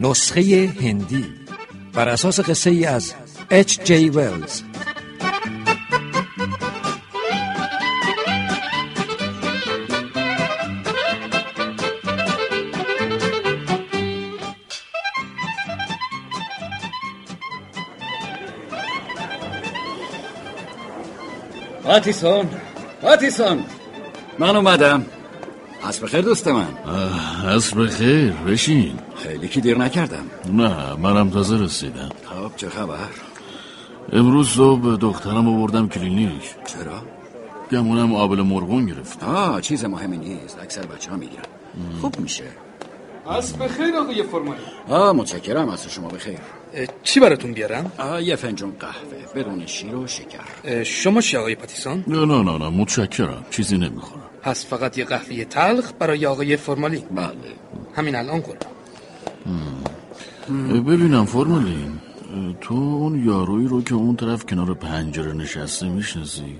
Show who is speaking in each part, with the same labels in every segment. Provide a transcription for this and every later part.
Speaker 1: نسخه هندی بر اساس قصه ای از اچ جی ویلز
Speaker 2: پاتیسون پاتیسون من اومدم از بخیر دوست من
Speaker 3: از بخیر بشین
Speaker 2: خیلی که دیر نکردم
Speaker 3: نه منم تازه رسیدم
Speaker 2: خب چه خبر
Speaker 3: امروز صبح دخترم آوردم کلینیک
Speaker 2: چرا
Speaker 3: گمونم آبل مرغون گرفت
Speaker 2: آه چیز مهمی نیست اکثر بچه ها میگیرن خوب میشه
Speaker 4: از بخیر آقای فرمانی
Speaker 2: آه متشکرم از شما بخیر
Speaker 4: اه، چی براتون بیارم؟
Speaker 2: آه یه فنجون قهوه بدون شیر و شکر
Speaker 4: اه، شما چی آقای پاتیسون؟
Speaker 3: نه نه نه نه متشکرم چیزی نمیخورم
Speaker 4: پس فقط یه قهوه تلخ برای آقای فرمالی
Speaker 2: بله
Speaker 4: همین الان کن
Speaker 3: ببینم فرمالین اه، تو اون یارویی رو که اون طرف کنار پنجره نشسته میشناسی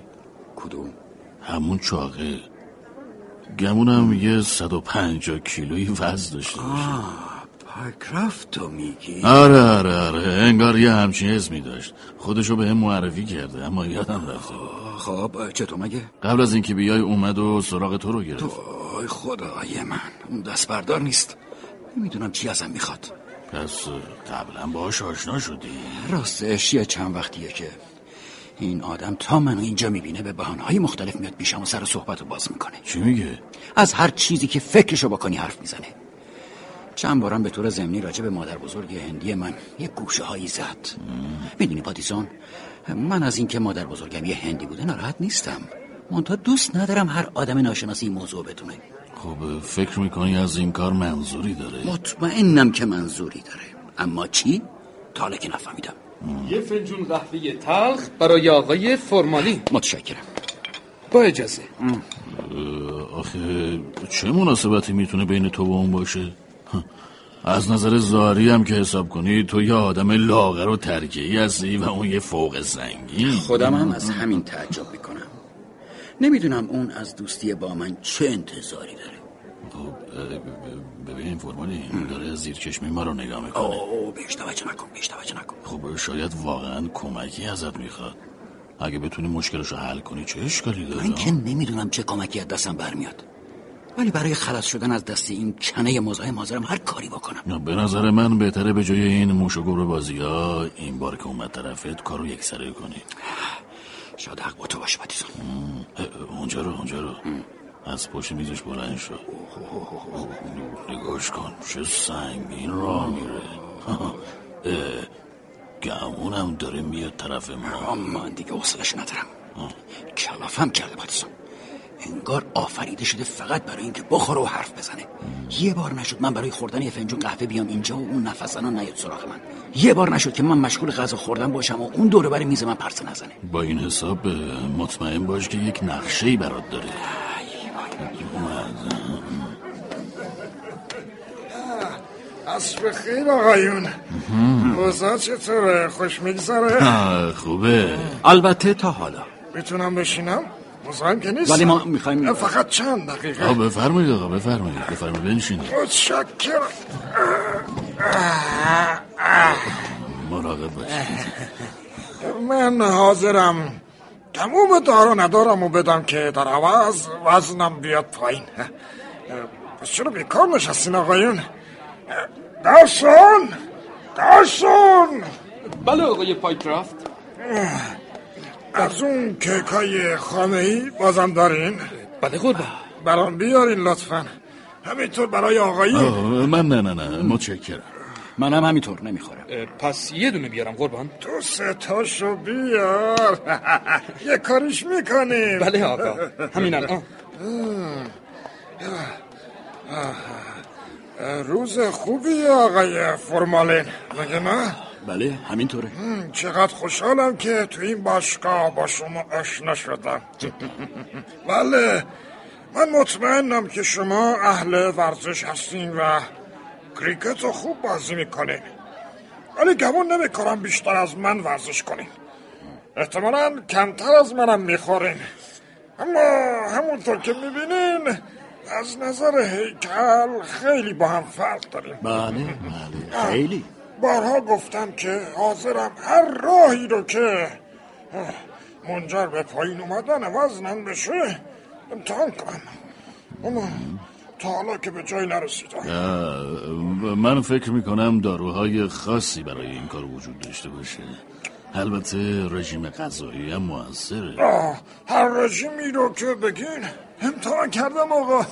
Speaker 2: کدوم
Speaker 3: همون چاقه گمونم یه 150 کیلویی وزن داشته باشه
Speaker 2: پارکرافت رو میگی
Speaker 3: آره آره آره انگار یه همچین اسمی داشت خودشو به هم معرفی کرده اما یادم رفته
Speaker 2: خب آه، چطور مگه
Speaker 3: قبل از اینکه بیای اومد و سراغ تو رو گرفت
Speaker 2: آی خدای من اون دست بردار نیست نمیدونم چی ازم میخواد
Speaker 3: پس قبلا باهاش آشنا شدی
Speaker 2: راستش یه چند وقتیه که این آدم تا منو اینجا میبینه به بحانه مختلف میاد پیشم و سر صحبت رو باز میکنه
Speaker 3: چی میگه؟
Speaker 2: از هر چیزی که فکرشو بکنی حرف میزنه چند بارم به طور زمینی راجع به مادر بزرگ هندی من یه گوشه هایی زد میدونی پاتیسون من از اینکه مادر بزرگم یه هندی بوده ناراحت نیستم منتها دوست ندارم هر آدم ناشناسی این موضوع بدونه
Speaker 3: خب فکر میکنی از این کار منظوری داره
Speaker 2: مطمئنم که منظوری داره اما چی؟ تا حالا که نفهمیدم
Speaker 4: یه فنجون قهوه تلخ برای آقای فرمالی
Speaker 2: متشکرم
Speaker 4: با اجازه
Speaker 3: اه، آخه چه مناسبتی میتونه بین تو و اون باشه؟ ها، از نظر زاری هم که حساب کنی تو یه آدم لاغر و ترکیه هستی و اون یه فوق زنگی
Speaker 2: خودم هم از همین تعجب میکنم نمیدونم اون از دوستی با من چه انتظاری داره
Speaker 3: خب اه، ب- ببین فرمالی داره زیر چشمی ما رو نگاه میکنه
Speaker 2: اوه بهش توجه نکن بهش توجه نکن
Speaker 3: خب شاید واقعا کمکی ازت میخواد اگه بتونی مشکلش رو حل کنی چه اشکالی داره
Speaker 2: من که
Speaker 3: ها؟
Speaker 2: نمیدونم چه کمکی از دستم برمیاد ولی برای خلاص شدن از دست این چنه مزاحم حاضرم هر کاری بکنم
Speaker 3: نه، به نظر من بهتره به جای این موش و گربه بازی ها این بار که اومد طرفت کارو یکسره کنی
Speaker 2: شاید حق با تو باشه پاتیسون
Speaker 3: اه، اه، اونجا رو اونجا رو از پشت میزش بلند شد نگاش کن چه سنگین را میره اه، گمونم داره میاد طرف ما
Speaker 2: اما دیگه حوصلش ندارم کلافم کرده پاتیسون انگار آفریده شده فقط برای اینکه بخوره و حرف بزنه یه بار نشد من برای خوردن یه فنجون قهوه بیام اینجا و اون نفس زنان نیاد سراغ من یه بار نشد که من مشغول غذا خوردن باشم و اون دوره برای میز من پرسه نزنه
Speaker 3: با این حساب اه، مطمئن باش که یک نقشه ای برات داره
Speaker 5: از بخیر آقایون اوضاع چطوره خوش میگذره
Speaker 3: آه، خوبه
Speaker 2: البته تا حالا
Speaker 5: میتونم بشینم مزاحم که نیست
Speaker 2: ولی ما می‌خوایم-
Speaker 5: فقط چند دقیقه
Speaker 3: آه، بفرمایید آقا بفرمایید بفرمایید بنشینید
Speaker 5: متشکرم
Speaker 3: مراقب باشید
Speaker 5: من حاضرم تموم دارا ندارم و بدم که در عوض وزنم بیاد پایین پس چرا بیکار نشستین آقایون درسون درسون
Speaker 4: بله آقای پایکرافت
Speaker 5: از اون کیک های خامه ای بازم دارین
Speaker 4: بله قربان
Speaker 5: برام بیارین لطفا همینطور برای آقایون
Speaker 3: آه، من نه نه نه متشکرم
Speaker 2: منم همینطور نمیخورم
Speaker 4: اه، پس یه دونه بیارم قربان
Speaker 5: تو سه تاشو بیار یه کاریش میکنیم
Speaker 4: بله آقا همین الان
Speaker 5: روز خوبی آقای فرمالین مگه نه
Speaker 2: بله همینطوره
Speaker 5: هم، چقدر خوشحالم که تو این باشگاه با شما آشنا شدم بله من مطمئنم که شما اهل ورزش هستین و کریکت رو خوب بازی میکنین ولی گمون نمیکنم بیشتر از من ورزش کنین احتمالا کمتر از منم میخورین اما همونطور که میبینین از نظر هیکل خیلی با هم فرق داریم
Speaker 3: بله بله خیلی
Speaker 5: بارها گفتم که حاضرم هر راهی رو که منجر به پایین اومدن وزنم بشه امتحان کنم اما تا حالا که به جایی نرسیدم
Speaker 3: اه، من فکر میکنم داروهای خاصی برای این کار وجود داشته باشه البته رژیم غذایی هم موثره
Speaker 5: آه، هر رژیمی رو که بگین امتحان کردم آقا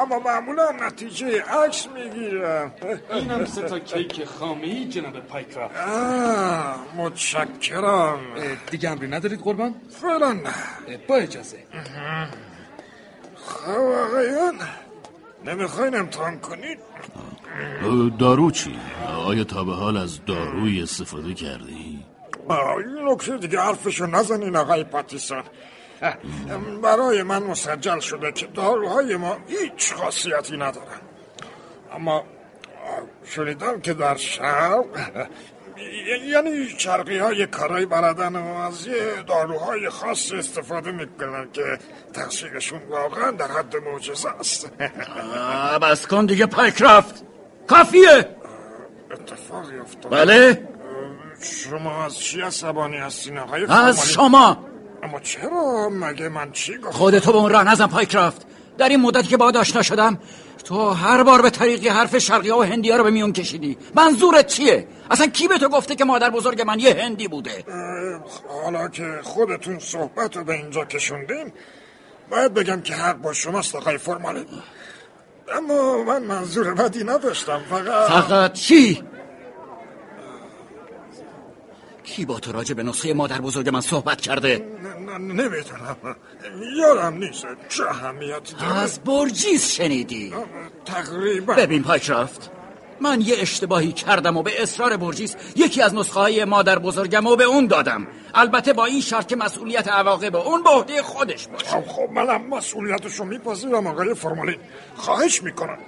Speaker 5: اما معمولا نتیجه عکس میگیرم
Speaker 4: اینم سه تا کیک خامی جناب پایکرافت
Speaker 5: متشکرم
Speaker 4: اه، دیگه امری ندارید قربان
Speaker 5: فعلا نه
Speaker 4: اه، با اجازه
Speaker 5: خب آقایان نمیخواین امتحان کنید
Speaker 3: اه، دارو چی؟ آیا تا به حال از داروی استفاده کردی؟
Speaker 5: آه، این نکته دیگه حرفشو نزنین آقای پاتیسون برای من مسجل شده که داروهای ما هیچ خاصیتی ندارن اما آه، شنیدم که در شرق یعنی چرقی های کارای بردن و از یه داروهای خاص استفاده میکنن که تخصیقشون واقعا در حد معجزه است
Speaker 2: آه، بس کن دیگه پایکرافت کافیه
Speaker 5: اتفاقی افتاد
Speaker 2: بله
Speaker 5: شما از چی عصبانی هستین آقای
Speaker 2: از
Speaker 5: فرمانی؟
Speaker 2: شما
Speaker 5: اما چرا مگه من چی گفتم
Speaker 2: خودتو به اون راه نزن پایکرافت در این مدت که با آشنا شدم تو هر بار به طریقی حرف شرقی ها و هندی ها رو به میون کشیدی منظورت چیه؟ اصلا کی به تو گفته که مادر بزرگ من یه هندی بوده؟
Speaker 5: حالا که خودتون صحبت رو به اینجا کشوندین باید بگم که حق با شماست آقای فرمالی اما من منظور بدی نداشتم فقط
Speaker 2: فقط چی؟ کی با تو راجع به نسخه مادر بزرگ من صحبت کرده؟
Speaker 5: ن- ن- نمیدونم یادم نیست چه اهمیتی داره
Speaker 2: از برجیس شنیدی
Speaker 5: تقریبا
Speaker 2: ببین پایکرافت من یه اشتباهی کردم و به اصرار برجیس یکی از نسخه های مادر بزرگم و به اون دادم البته با این شرط که مسئولیت عواقب اون به عهده خودش باشه
Speaker 5: خب خب منم مسئولیتشو میپذیرم آقای فرمالین خواهش میکنم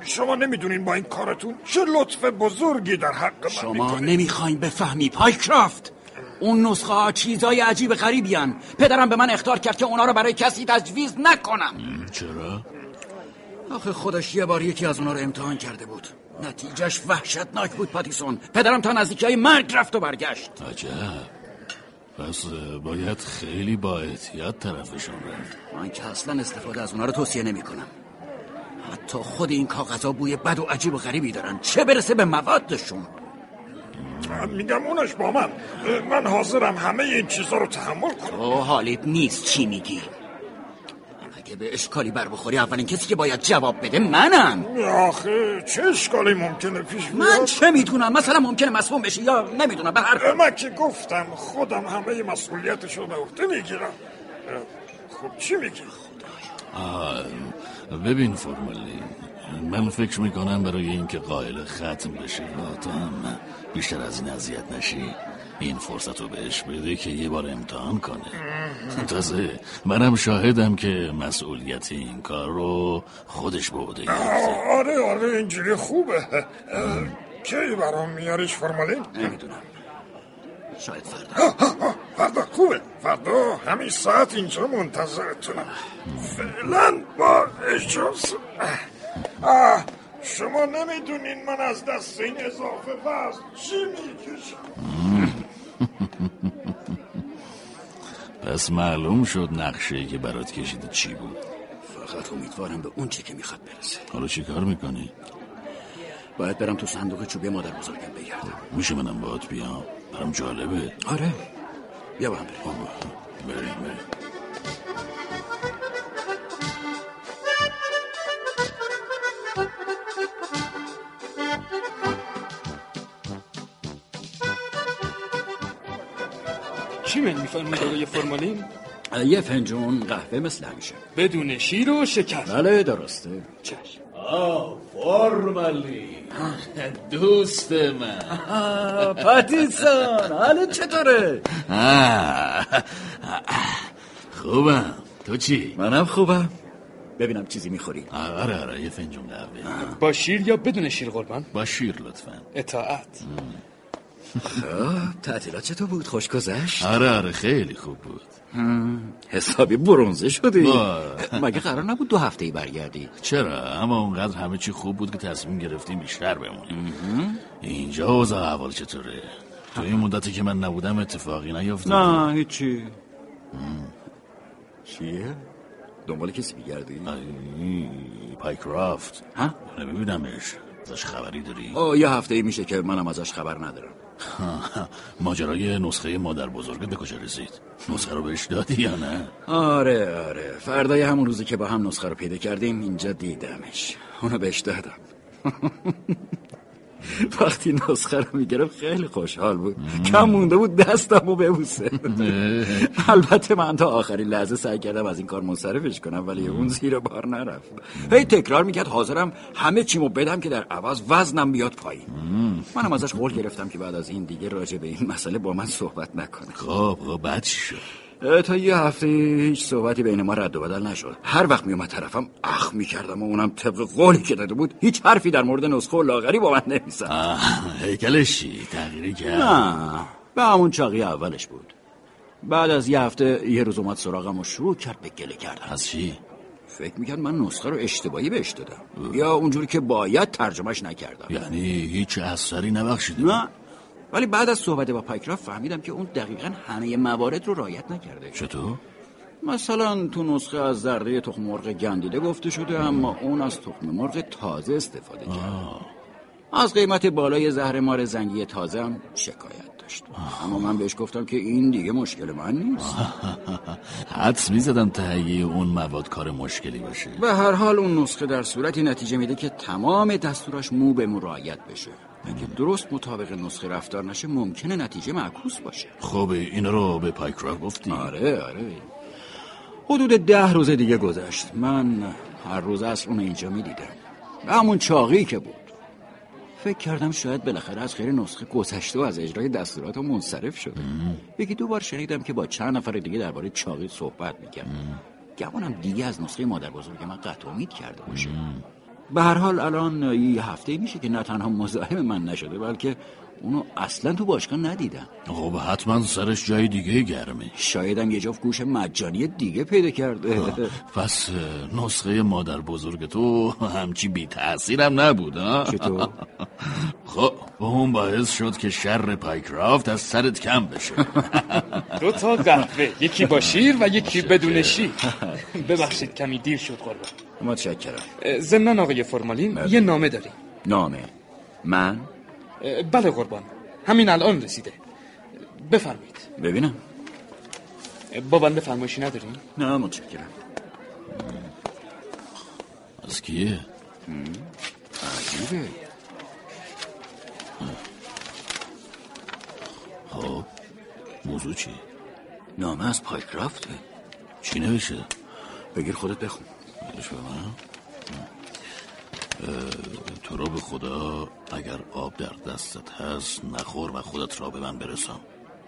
Speaker 5: شما نمیدونین با این کارتون چه لطف بزرگی در حق من
Speaker 2: شما
Speaker 5: می‌کنین.
Speaker 2: نمیخواین بفهمی پایکرافت اون نسخه ها چیزای عجیب غریبی هن. پدرم به من اختار کرد که اونا رو برای کسی تجویز نکنم
Speaker 3: چرا؟
Speaker 2: آخه خودش یه بار یکی از اونا رو امتحان کرده بود نتیجهش وحشتناک بود پاتیسون پدرم تا نزدیکی های مرگ رفت و برگشت
Speaker 3: عجب پس اه، باید خیلی با احتیاط طرفشان رفت
Speaker 2: من که اصلا استفاده از اونا رو توصیه نمی کنم حتی خود این کاغذها بوی بد و عجیب و غریبی دارن چه برسه به موادشون
Speaker 5: میگم اونش با من من حاضرم همه این چیزا رو تحمل کنم
Speaker 2: او حالت نیست چی میگی اگه به اشکالی بر بخوری اولین کسی که باید جواب بده منم
Speaker 5: آخه چه اشکالی ممکنه پیش
Speaker 2: من
Speaker 5: بیاد
Speaker 2: چه میدونم مثلا ممکنه مصموم بشی یا نمیدونم به هر
Speaker 5: من که گفتم خودم همه مسئولیتش رو به عهده میگیرم خب چی میگی
Speaker 3: آه، ببین فرمالین من فکر میکنم برای اینکه قائل ختم بشه و تو هم بیشتر از این اذیت نشی این فرصت رو بهش بده که یه بار امتحان کنه تازه منم شاهدم که مسئولیت این کار رو خودش به عهده گرفته.
Speaker 5: آره آره اینجوری خوبه اه، کی برام میاریش فرمالین
Speaker 2: نمیدونم شاید فردا
Speaker 5: آه، آه، آه، فردا خوبه فردا همین ساعت اینجا منتظرتونم فعلا با اجازه آه، شما نمیدونین من از دست این اضافه وزن چی میکشم
Speaker 3: پس معلوم شد نقشه که برات کشیده چی بود
Speaker 2: فقط امیدوارم به اون چی که میخواد برسه
Speaker 3: حالا چی کار میکنی؟
Speaker 2: باید برم تو صندوق چوبی مادر بزرگم بگردم
Speaker 3: میشه منم باهات بیام برام جالبه
Speaker 2: آره بیا با هم بریم
Speaker 3: آه، بریم بریم
Speaker 4: چی من میفرمید آقای فرمالین؟
Speaker 2: یه فنجون قهوه مثل همیشه
Speaker 4: بدون شیر و شکر
Speaker 2: بله درسته
Speaker 4: چشم
Speaker 3: آه فرمالی دوست من
Speaker 2: پاتیسون حالت چطوره؟
Speaker 3: خوبم تو چی؟
Speaker 2: منم خوبم ببینم چیزی میخوری
Speaker 3: آره آره یه فنجون قهوه
Speaker 4: با شیر یا بدون شیر قربان
Speaker 3: با شیر لطفا
Speaker 4: اطاعت
Speaker 2: خب تعطیلات چطور بود خوش گذشت
Speaker 3: آره آره خیلی خوب بود
Speaker 2: حسابی برونزه شدی
Speaker 3: وای.
Speaker 2: مگه قرار نبود دو هفته ای برگردی
Speaker 3: چرا اما اونقدر همه چی خوب بود که تصمیم گرفتیم بیشتر بمونیم اینجا اوضاع احوال چطوره تو این مدتی که من نبودم اتفاقی نیفتاد
Speaker 2: هیچی چیه دنبال کسی میگردی
Speaker 3: ای، پایکرافت
Speaker 2: ها؟
Speaker 3: آره، ببینمش ازش خبری داری
Speaker 2: آه یه هفته ای میشه که منم ازش خبر ندارم
Speaker 3: ماجرای نسخه مادر بزرگت به کجا رسید نسخه رو بهش دادی یا نه
Speaker 2: آره آره فردای همون روزی که با هم نسخه رو پیدا کردیم اینجا دیدمش اونو بهش دادم وقتی نسخه رو میگرفت خیلی خوشحال بود کم مونده بود دستم رو ببوسه البته من تا آخرین لحظه سعی کردم از این کار منصرفش کنم ولی اون زیر بار نرفت هی تکرار میکرد حاضرم همه چیمو بدم که در عوض وزنم بیاد پایین منم ازش قول گرفتم که بعد از این دیگه راجع به این مسئله با من صحبت نکنه
Speaker 3: خب خب بعد چی شد
Speaker 2: تا یه هفته هیچ صحبتی بین ما رد و بدل نشد هر وقت میومد طرفم اخ میکردم و اونم طبق قولی که داده بود هیچ حرفی در مورد نسخه و لاغری با من نمیزد
Speaker 3: آه، هیکلش چی تغییری کرد
Speaker 2: نه به همون چاقی اولش بود بعد از یه هفته یه روز اومد سراغم و شروع کرد به گله کردن
Speaker 3: از چی
Speaker 2: فکر میکرد من نسخه رو اشتباهی بهش دادم یا اونجوری که باید ترجمهش نکردم
Speaker 3: یعنی هیچ اثری نبخشیده
Speaker 2: نه ولی بعد از صحبت با پایکراف فهمیدم که اون دقیقا همه موارد رو رعایت نکرده
Speaker 3: چطور
Speaker 2: مثلا تو نسخه از زرده تخم مرغ گندیده گفته شده اما اون از تخم مرغ تازه استفاده کرد از قیمت بالای زهر مار زنگی تازه هم شکایت داشت اما من بهش گفتم که این دیگه مشکل من نیست
Speaker 3: حدس میزدم تهیه اون مواد کار مشکلی باشه
Speaker 2: به هر حال اون نسخه در صورتی نتیجه میده که تمام دستوراش مو به مو رعایت بشه اگه درست مطابق نسخه رفتار نشه ممکنه نتیجه معکوس باشه
Speaker 3: خب این رو به پایکراف گفتی
Speaker 2: آره آره حدود ده روز دیگه گذشت من هر روز از اون اینجا میدیدم و همون چاقی که بود فکر کردم شاید بالاخره از خیر نسخه گذشته و از اجرای دستورات و منصرف شده یکی دو بار شنیدم که با چند نفر دیگه درباره چاقی صحبت میکرد گمانم دیگه از نسخه مادر بزرگ من قطع امید کرده باشه به هر حال الان یه هفته میشه که نه تنها مزاحم من نشده بلکه اونو اصلا تو باشگاه ندیدم
Speaker 3: خب حتما سرش جای دیگه گرمه
Speaker 2: شایدم یه جفت گوش مجانی دیگه پیدا کرده
Speaker 3: پس اه، نسخه مادر بزرگ تو همچی بی تأثیرم نبود ها؟
Speaker 2: چطور؟
Speaker 3: خب اون باعث شد که شر پایکرافت از سرت کم بشه
Speaker 4: دو تا قهوه یکی با شیر و یکی بدون شیر ببخشید کمی دیر شد قربان
Speaker 2: متشکرم
Speaker 4: ضمن آقای فرمالین
Speaker 2: بله.
Speaker 4: یه نامه داریم
Speaker 2: نامه من
Speaker 4: اه، بله قربان همین الان رسیده بفرمایید
Speaker 2: ببینم
Speaker 4: با بنده فرمایشی نداریم
Speaker 2: نه متشکرم
Speaker 3: از کیه؟
Speaker 2: عجیبه
Speaker 3: خب موضوع چی؟
Speaker 2: نامه از پایکرافته
Speaker 3: چی نوشته؟
Speaker 2: بگیر خودت بخون
Speaker 3: بدش به من Hm. اه، تو رو به خدا اگر آب در دستت هست نخور و خودت را به من برسان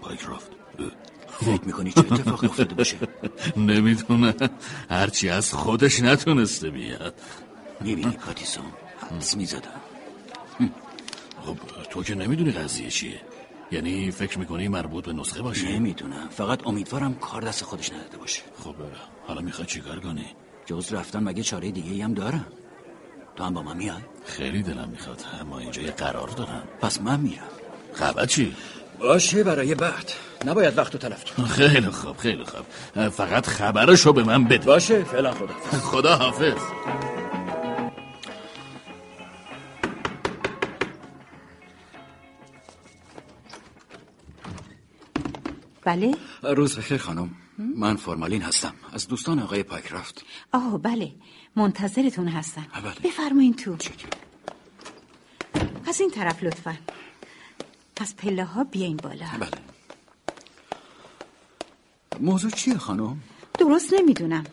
Speaker 3: پایکرافت
Speaker 2: فکر میکنی چه اتفاق افتاده باشه
Speaker 3: نمیدونه هرچی از خودش نتونسته بیاد
Speaker 2: میبینی پاتیسون حدس میزدم
Speaker 3: خب تو که نمیدونی قضیه چیه یعنی فکر میکنی مربوط به نسخه باشه
Speaker 2: نمیدونم فقط امیدوارم کار دست خودش نداده باشه
Speaker 3: خب حالا میخوای چیکار کنی
Speaker 2: جز رفتن مگه چاره دیگه ای هم دارم تو هم با من میای
Speaker 3: خیلی دلم میخواد اما اینجا یه قرار دارم
Speaker 2: پس من میرم
Speaker 3: خبر چی
Speaker 2: باشه برای بعد نباید وقت تلف کرد
Speaker 3: خیلی خوب خیلی خوب فقط خبرشو به من بده
Speaker 2: باشه فعلا خدا
Speaker 3: خدا حافظ
Speaker 6: بله
Speaker 2: روز بخیر خانم من فرمالین هستم از دوستان آقای پایکرافت
Speaker 6: آه بله منتظرتون هستم
Speaker 2: آه، بله.
Speaker 6: بفرمایین تو از این طرف لطفا از پله ها بیاین بالا
Speaker 2: بله موضوع چیه خانم؟
Speaker 6: درست نمیدونم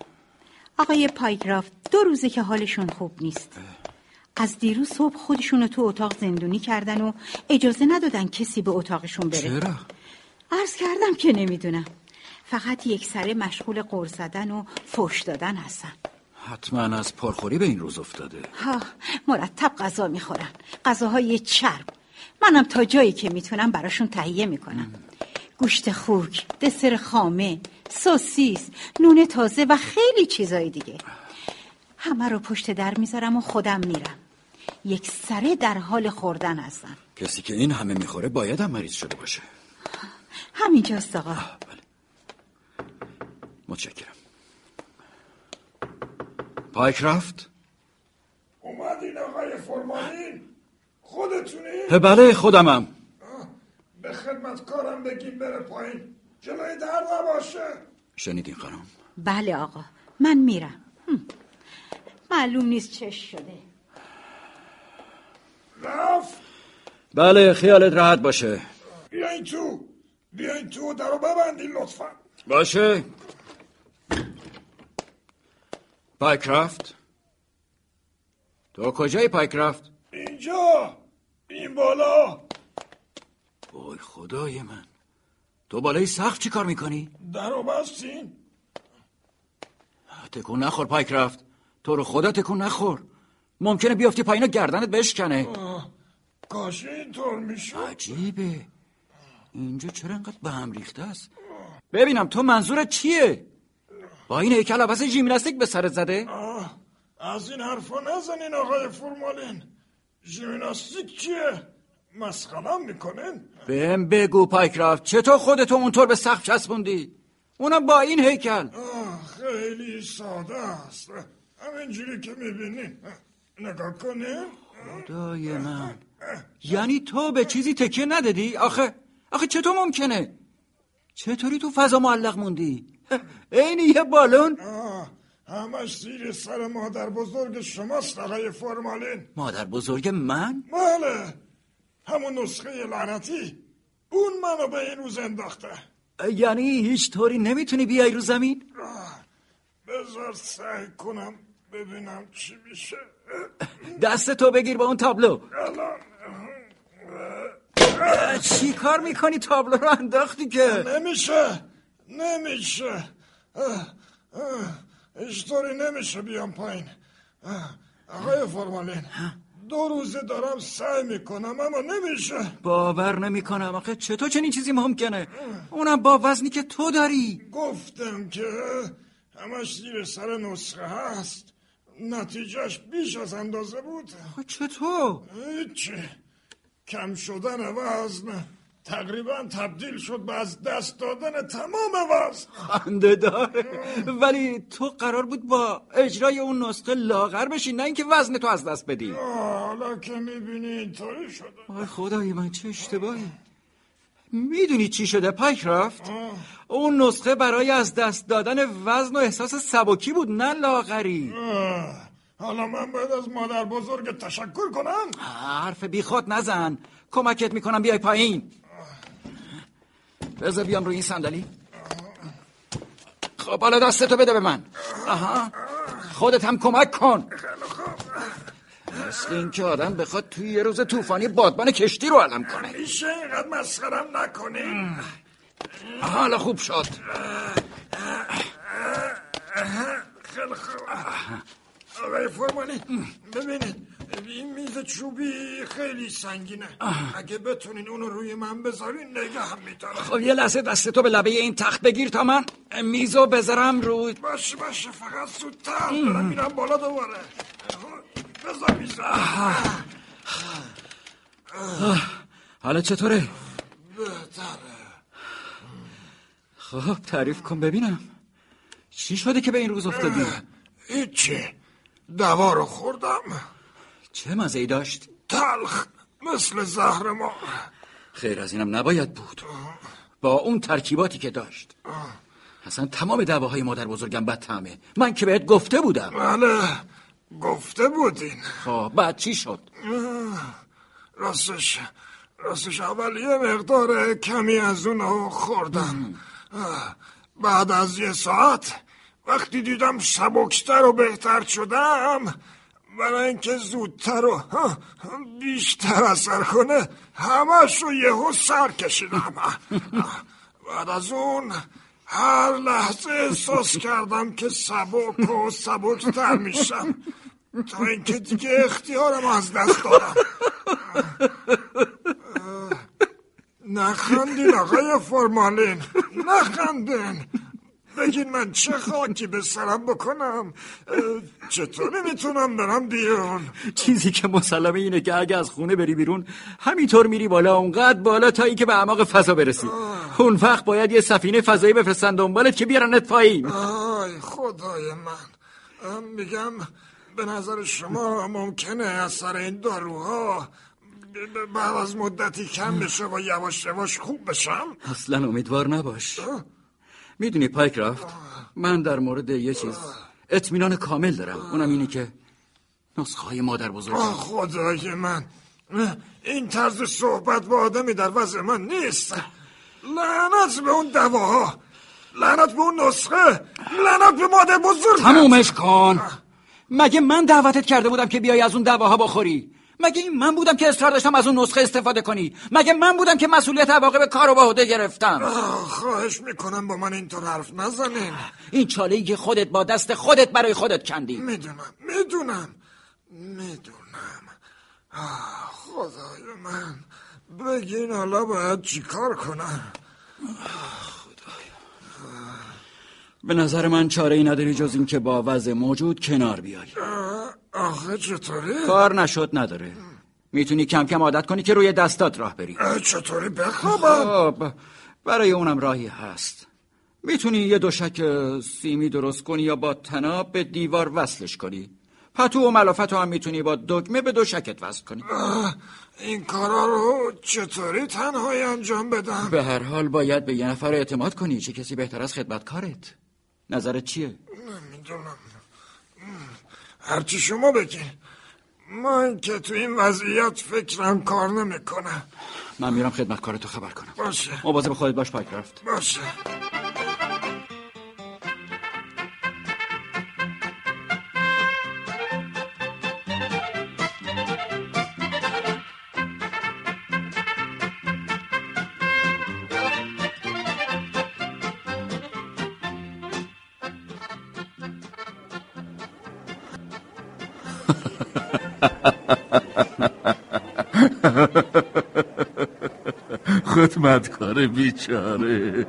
Speaker 6: آقای پایگرافت دو روزه که حالشون خوب نیست از دیروز صبح خودشون رو تو اتاق زندونی کردن و اجازه ندادن کسی به اتاقشون بره
Speaker 2: چرا؟
Speaker 6: عرض کردم که نمیدونم فقط یک سره مشغول قرص زدن و فوش دادن هستن
Speaker 2: حتما از پرخوری به این روز افتاده
Speaker 6: ها مرتب غذا میخورن غذاهای چرب منم تا جایی که میتونم براشون تهیه میکنم گوشت خوک، دسر خامه، سوسیس، نون تازه و خیلی چیزای دیگه همه رو پشت در میذارم و خودم میرم یک سره در حال خوردن هستم
Speaker 2: کسی که این همه میخوره باید هم مریض شده باشه
Speaker 6: همینجاست آقا
Speaker 2: بله متشکرم پایکرافت
Speaker 5: اومدین آقای فرمانین خودتونی
Speaker 2: بله خودمم
Speaker 5: به خدمتکارم بگیم بره پایین جلوی در نباشه
Speaker 2: شنیدین خانم
Speaker 6: بله آقا من میرم هم. معلوم نیست چش شده
Speaker 5: رفت
Speaker 2: بله خیالت راحت باشه
Speaker 5: بیاین تو بیاین تو و در رو ببندین لطفا
Speaker 2: باشه پایکرافت تو کجای پایکرافت
Speaker 5: اینجا این بالا
Speaker 2: وای خدای من تو بالای سقف چی کار میکنی؟
Speaker 5: در رو بستین
Speaker 2: تکون نخور پایکرافت تو رو خدا تکون نخور ممکنه بیافتی پایین و گردنت بشکنه
Speaker 5: کاش اینطور میشد
Speaker 2: عجیبه اینجا چرا انقدر به هم ریخته است ببینم تو منظورت چیه با این هیکل عوض ژیمناستیک به سرت زده
Speaker 5: آه، از این حرفا نزنین آقای فرمالین ژیمناستیک چیه مسخرم میکنین
Speaker 2: بهم بگو پایکرافت چطور خودتو اونطور به سقف چسبوندی اونم با این هیکل
Speaker 5: آه، خیلی ساده است همینجوری که میبینین نگاه کنین
Speaker 2: خدای من یعنی تو به چیزی تکیه ندادی آخه آخه چطور ممکنه چطوری تو فضا معلق موندی عین یه بالون
Speaker 5: آه، همش زیر سر مادر بزرگ شماست آقای فرمالین
Speaker 2: مادر بزرگ من
Speaker 5: بله همون نسخه لعنتی اون منو به این روز انداخته
Speaker 2: یعنی هیچ طوری نمیتونی بیای رو زمین
Speaker 5: بذار سعی کنم ببینم چی میشه
Speaker 2: دست تو بگیر با اون تابلو
Speaker 5: الان
Speaker 2: چی کار میکنی تابلو رو انداختی که
Speaker 5: نمیشه نمیشه اه، اه، اینطوری نمیشه بیام پایین اه، آقای فرمالین دو روزه دارم سعی میکنم اما نمیشه
Speaker 2: باور نمیکنم آخه چطور چنین چیزی ممکنه اونم با وزنی که تو داری
Speaker 5: گفتم که همش زیر سر نسخه هست نتیجهش بیش از اندازه بود
Speaker 2: آخه چطور
Speaker 5: هیچی کم شدن وزن تقریبا تبدیل شد به از دست دادن تمام وزن
Speaker 2: خنده داره ولی تو قرار بود با اجرای اون نسخه لاغر بشی نه اینکه وزن تو از دست بدی
Speaker 5: آه، حالا که میبینی اینطوری شده
Speaker 2: آی خدای من چه اشتباهی میدونی چی شده پک رفت اون نسخه برای از دست دادن وزن و احساس سبکی بود نه لاغری
Speaker 5: آه، حالا من باید از مادر بزرگ تشکر کنم
Speaker 2: حرف بیخود نزن کمکت میکنم بیای پایین بذار بیام روی این صندلی خب حالا دستتو بده به من آها خودت هم کمک کن مثل اینکه آدم بخواد توی یه روز طوفانی بادبان کشتی رو علم کنه
Speaker 5: میشه اینقدر مسخرم نکنی
Speaker 2: آها، حالا خوب شد
Speaker 5: خیلی خوب آقای فرمانی ببینید این میز چوبی خیلی سنگینه اگه بتونین اونو روی من بذارین نگه هم میدارم
Speaker 2: خب یه لحظه دستتو به لبه این تخت بگیر تا من میزو بذارم رو
Speaker 5: باشه باشه فقط زودتر دارم میرم بالا دوباره خب، بذار میزم
Speaker 2: حالا چطوره
Speaker 5: بهتره
Speaker 2: خب تعریف کن ببینم چی شده که به این روز افتادی
Speaker 5: هیچی دوا رو خوردم
Speaker 2: چه مزه داشت
Speaker 5: تلخ مثل زهر ما
Speaker 2: خیر از اینم نباید بود با اون ترکیباتی که داشت اصلا تمام دواهای مادر بزرگم بد تعمه من که بهت گفته بودم
Speaker 5: بله گفته بودین
Speaker 2: خب بعد چی شد
Speaker 5: راستش راستش اول یه مقدار کمی از اونو خوردم آه، بعد از یه ساعت وقتی دیدم سبکتر و بهتر شدم برای اینکه زودتر و آه، بیشتر اثر کنه همش رو یهو سر کشیدم آه، بعد از اون هر لحظه احساس کردم که سبک و سبکتر میشم تا اینکه دیگه اختیارم از دست دادم نخندین آقای فرمالین نخندین بگین من چه خاکی به سرم بکنم اه، چطوری میتونم برم بیرون
Speaker 2: چیزی که مسلمه اینه که اگه از خونه بری بیرون همینطور میری بالا اونقدر بالا تا اینکه به اعماق فضا برسی اون وقت باید یه سفینه فضایی بفرستن دنبالت که بیارنت پایین
Speaker 5: آی خدای من ام، میگم به نظر شما ممکنه اثر این داروها ب- ب- بعد از مدتی کم بشه و یواش یواش خوب بشم
Speaker 2: اصلا امیدوار نباش میدونی پایک رفت من در مورد یه چیز اطمینان کامل دارم اونم اینه که نسخه های مادر بزرگ
Speaker 5: آه خدای من اه، این طرز صحبت با آدمی در وضع من نیست لعنت به اون دواها لعنت به اون نسخه لعنت به مادر بزرگ
Speaker 2: تمومش کن مگه من دعوتت کرده بودم که بیای از اون دعواها بخوری مگه این من بودم که اصرار داشتم از اون نسخه استفاده کنی مگه من بودم که مسئولیت عواقب کار رو به عهده گرفتم
Speaker 5: آه، خواهش میکنم با من اینطور حرف نزنین
Speaker 2: این چاله ای که خودت با دست خودت برای خودت کندی
Speaker 5: میدونم میدونم میدونم آه، خدای من بگین حالا باید چیکار کنم
Speaker 2: به نظر من چاره ای نداری جز اینکه با وضع موجود کنار بیای
Speaker 5: آه، آخه چطوری؟
Speaker 2: کار نشد نداره میتونی کم کم عادت کنی که روی دستات راه بری
Speaker 5: آه، چطوری بخوابم؟
Speaker 2: خب برای اونم راهی هست میتونی یه دوشک سیمی درست کنی یا با تناب به دیوار وصلش کنی پتو و ملافت رو هم میتونی با دکمه به دوشکت وصل کنی
Speaker 5: این کارا رو چطوری تنهایی انجام بدم؟
Speaker 2: به هر حال باید به یه نفر اعتماد کنی چه کسی بهتر از خدمتکارت نظرت چیه؟
Speaker 5: نمیدونم هرچی شما بگین من که تو این وضعیت فکرم کار نمیکنه
Speaker 2: من میرم خدمتکارتو خبر کنم
Speaker 5: باشه
Speaker 2: مواظب خودت باش پاک رفت
Speaker 5: باشه
Speaker 3: خدمتکار بیچاره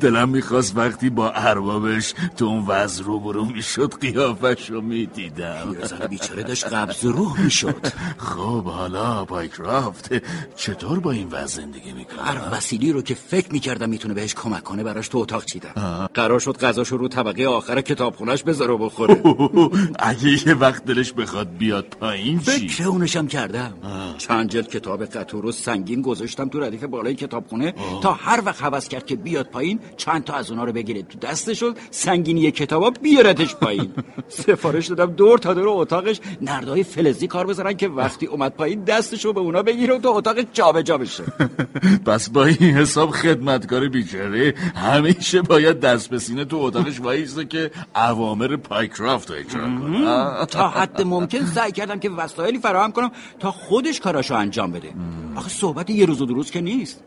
Speaker 3: دلم میخواست وقتی با اربابش تو اون وز رو برو میشد قیافش رو میدیدم
Speaker 7: زن بیچاره داشت قبض روح میشد
Speaker 3: خب حالا پایکرافت چطور با این وضع زندگی میکنه؟
Speaker 7: هر وسیلی رو که فکر میکردم میتونه بهش کمک کنه براش تو اتاق چیدم
Speaker 2: قرار شد غذاشو رو طبقه آخر کتابخونش بذاره و بخوره
Speaker 3: اگه یه وقت دلش بخواد بیاد پایین چی؟
Speaker 2: فکر اونشم کردم چند جلد کتاب قطور رو سنگین گذاشتم تو ردیف بالای کتابخونه تا هر وقت حوض کرد که بیاد پایین چند تا از اونا رو بگیره تو دستش و سنگینی کتابا بیارتش پایین سفارش دادم دور تا دور اتاقش نردای فلزی کار بذارن که وقتی اومد پایین دستش رو به اونا بگیره و تو اتاق جابجا بشه
Speaker 3: پس با این حساب خدمتکار بیچاره همیشه باید دست به سینه تو اتاقش وایسته که اوامر پایکرافت رو اجرا کنه
Speaker 2: تا حد ممکن سعی کردم که وسایلی فراهم کنم تا خودش کاراشو انجام بده آخه صحبت یه روز و دو روز که نیست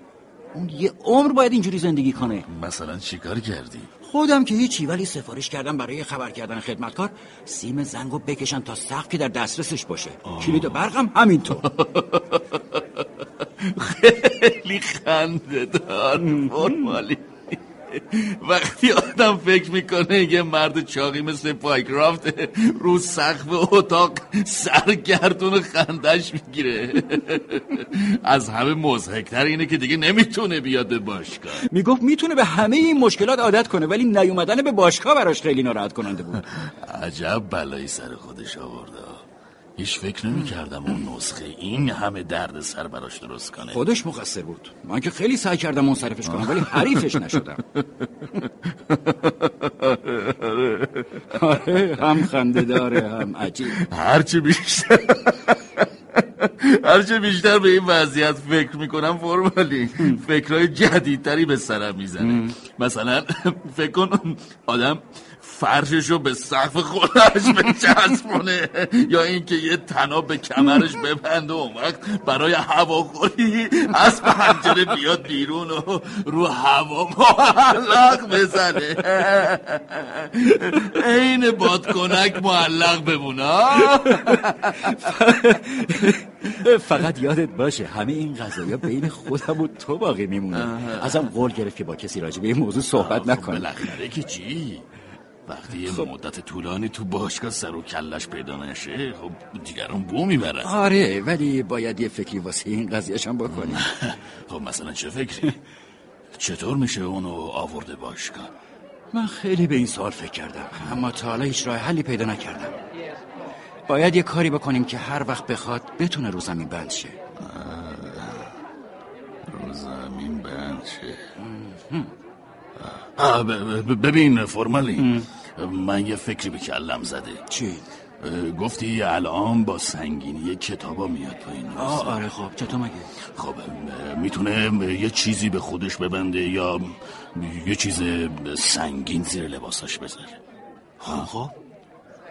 Speaker 2: اون یه عمر باید اینجوری زندگی کنه
Speaker 3: مثلا چیکار کردی؟
Speaker 2: خودم که هیچی ولی سفارش کردم برای خبر کردن خدمتکار سیم زنگو بکشن تا سقف که در دسترسش باشه کلید و برقم همینطور
Speaker 3: خیلی خنده دار فرمالی وقتی آدم فکر میکنه یه مرد چاقی مثل پایکرافت رو سقف اتاق سرگردون خندش میگیره از همه مزهکتر اینه که دیگه نمیتونه بیاد به باشگاه
Speaker 2: میگفت میتونه به همه این مشکلات عادت کنه ولی نیومدن به باشگاه براش خیلی ناراحت کننده بود
Speaker 3: عجب بلایی سر خودش آورده هیچ فکر نمی کردم اون نسخه این همه درد سر براش درست کنه
Speaker 2: خودش مقصر بود من که خیلی سعی کردم منصرفش کنم ولی حریفش نشدم آره هم خنده داره هم عجیب
Speaker 3: هرچه بیشتر هرچه بیشتر به این وضعیت فکر میکنم فرمالی فکرهای جدیدتری به سرم میزنه مثلا فکر کن آدم فرشش رو به سقف خودش بچسبونه یا اینکه یه تناب به کمرش ببنده اون وقت برای هواخوری از پنجره بیاد بیرون و رو هوا معلق بزنه عین بادکنک معلق بمونه
Speaker 8: فقط یادت باشه همه این قضايا بین خودم و تو باقی میمونه ازم قول گرفت که با کسی راجع به این موضوع صحبت نکنه
Speaker 3: خب، بالاخره که چی وقتی یه
Speaker 8: خب.
Speaker 3: مدت طولانی تو باشگاه سر و کلش پیدا نشه خب دیگران بو میبرن
Speaker 8: آره ولی باید یه فکری واسه این قضیهش هم بکنیم
Speaker 3: خب مثلا چه فکری چطور میشه اونو آورده باشگاه
Speaker 8: من خیلی به این سوال فکر کردم اما تا حالا هیچ راه حلی پیدا نکردم باید یه کاری بکنیم که هر وقت بخواد بتونه رو زمین بند شه
Speaker 3: رو زمین بند شه آه، ب- ب- ببین فرمالی من یه فکری به کلم زده
Speaker 8: چی؟
Speaker 3: اه، گفتی الان با سنگینی کتابا میاد پایین
Speaker 8: آه آره خب چطور مگه
Speaker 3: خب اه، میتونه اه، یه چیزی به خودش ببنده یا یه چیز سنگین زیر لباسش بذاره
Speaker 8: خب خب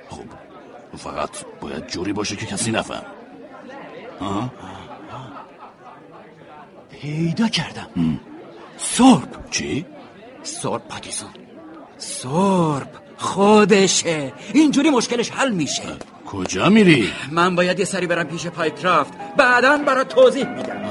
Speaker 3: خب فقط باید جوری باشه که کسی نفهم
Speaker 8: پیدا کردم سرب
Speaker 3: چی؟
Speaker 8: سرب پاتیسون سرب خودشه اینجوری مشکلش حل میشه
Speaker 3: کجا میری؟
Speaker 8: من باید یه سری برم پیش پایکرافت بعدا برات توضیح میدم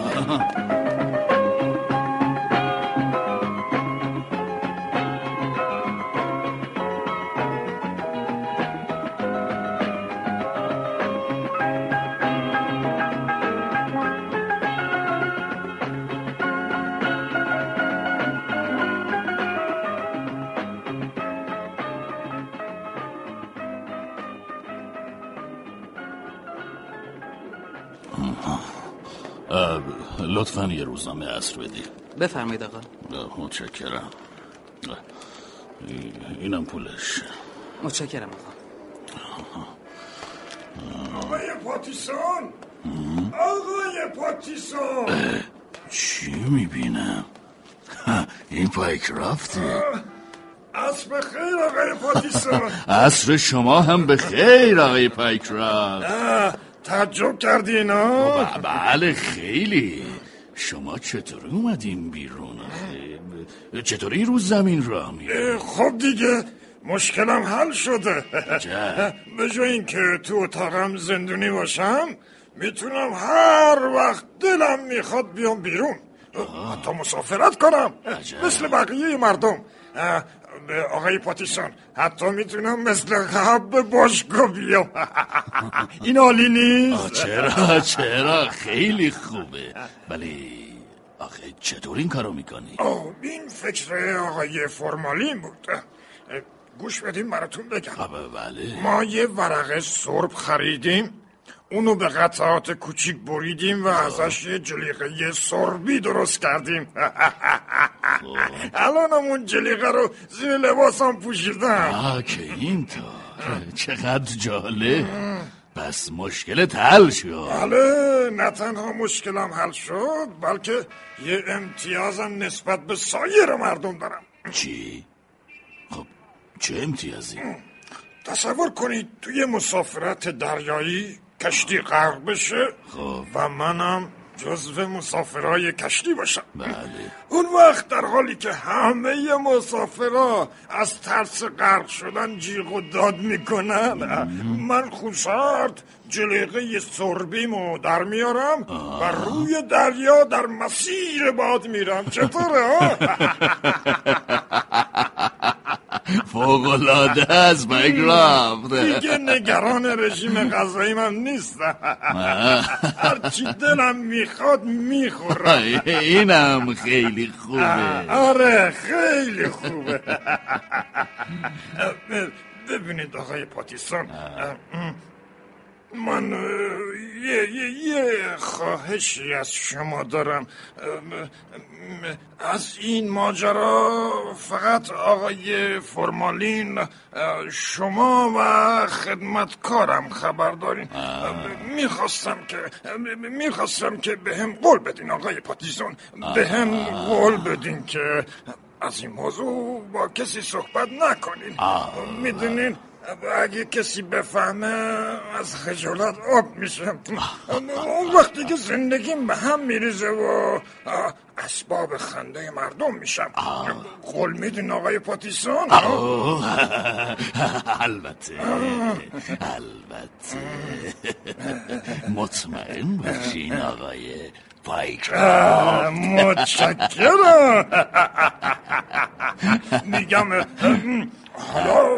Speaker 3: اه، لطفا یه روزنامه اصر بدی
Speaker 9: بفرمایید آقا
Speaker 3: اه، متشکرم اه، اینم پولش
Speaker 9: متشکرم آقا
Speaker 5: آقای پاتیسون آقای پاتیسون
Speaker 3: چی میبینم؟ این پایک رفته
Speaker 5: اسب خیر آقای پاتیسون
Speaker 3: عصر شما هم به خیر آقای پایک رفت
Speaker 5: اه، تعجب کردی نه
Speaker 3: ب- بله خیلی شما چطور اومدین بیرون آخه؟ چطوری روز زمین راه میره
Speaker 5: اه، خب دیگه مشکلم حل شده به جای اینکه تو اتاقم زندونی باشم میتونم هر وقت دلم میخواد بیام بیرون اه، حتی مسافرت کنم مثل بقیه مردم اه، به آقای پاتیسون حتی میتونم مثل قبل به باشگاه بیام این عالی نیست
Speaker 3: چرا چرا خیلی خوبه ولی آخه چطور این کارو میکنی
Speaker 5: آه، این فکر آقای فرمالین بود اه، گوش بدین براتون بگم
Speaker 3: آب- بله
Speaker 5: ما یه ورقه سرب خریدیم اونو به قطعات کوچیک بریدیم و ازش یه جلیقه سربی درست کردیم الانم اون جلیقه رو زیر لباسم پوشیدم
Speaker 3: آه که اینطور چقدر جالب پس مشکل حل شد
Speaker 5: بله نه تنها مشکلم حل شد بلکه یه امتیازم نسبت به سایر مردم دارم
Speaker 3: چی خب چه امتیازی
Speaker 5: تصور کنید توی مسافرت دریایی کشتی غرق بشه و منم جزو مسافرهای کشتی باشم
Speaker 3: بله
Speaker 5: اون وقت در حالی که همه مسافرا از ترس غرق شدن جیغ و داد میکنن من خوشحال جلیقه سربیمو در میارم و روی دریا در مسیر باد میرم چطوره ها؟
Speaker 3: فوقلاده از بگرافت
Speaker 5: دیگه نگران رژیم غذاییم هم نیستم هرچی دلم میخواد میخورم
Speaker 3: اینم خیلی خوبه
Speaker 5: آره خیلی خوبه ببینید آقای پاتیسون من اه، یه, یه, یه خواهشی از شما دارم اه، از این ماجرا فقط آقای فرمالین اه، شما و خدمتکارم خبر دارین میخواستم که میخواستم که به هم قول بدین آقای پاتیسون به هم قول بدین که از این موضوع با کسی صحبت نکنین میدونین اگه کسی بفهمه از خجالت آب میشم اون وقتی که زندگیم به هم میریزه و آه، اسباب خنده مردم میشم قول میدین آقای پاتیسون
Speaker 3: البته البته مطمئن باشین آقای پایکرا
Speaker 5: آه، متشکرم میگم اه، حالا اه،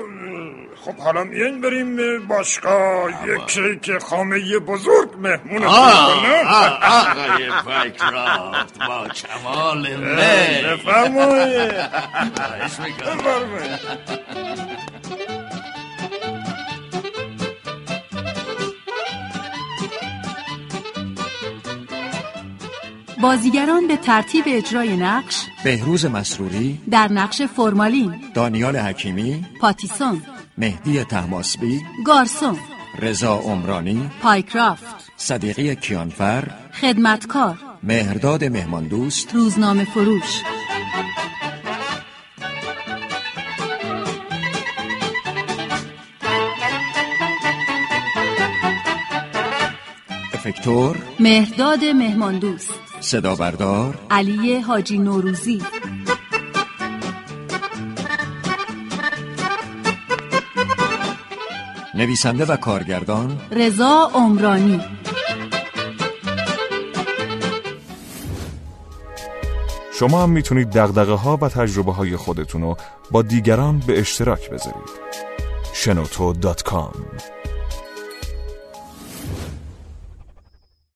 Speaker 5: خب حالا میان بریم باشگاه یک کیک خامه بزرگ مهمونتون کنم
Speaker 3: آقای پایکرافت با کمال میل
Speaker 5: بفرمایید
Speaker 3: خواهش می‌کنم.
Speaker 5: بفرمایید
Speaker 6: بازیگران به ترتیب اجرای نقش
Speaker 1: بهروز مسروری
Speaker 6: در نقش فرمالین
Speaker 1: دانیال حکیمی
Speaker 6: پاتیسون
Speaker 1: مهدی تهماسبی
Speaker 6: گارسون
Speaker 1: رضا عمرانی
Speaker 6: پایکرافت
Speaker 1: صدیقی کیانفر
Speaker 6: خدمتکار
Speaker 1: مهرداد مهماندوست
Speaker 6: روزنامه فروش
Speaker 1: افکتور
Speaker 6: مهرداد مهماندوست
Speaker 1: صدا بردار
Speaker 6: علی حاجی نوروزی
Speaker 1: نویسنده و کارگردان
Speaker 6: رضا عمرانی
Speaker 10: شما هم میتونید دقدقه ها و تجربه های خودتون رو با دیگران به اشتراک بذارید شنوتو.com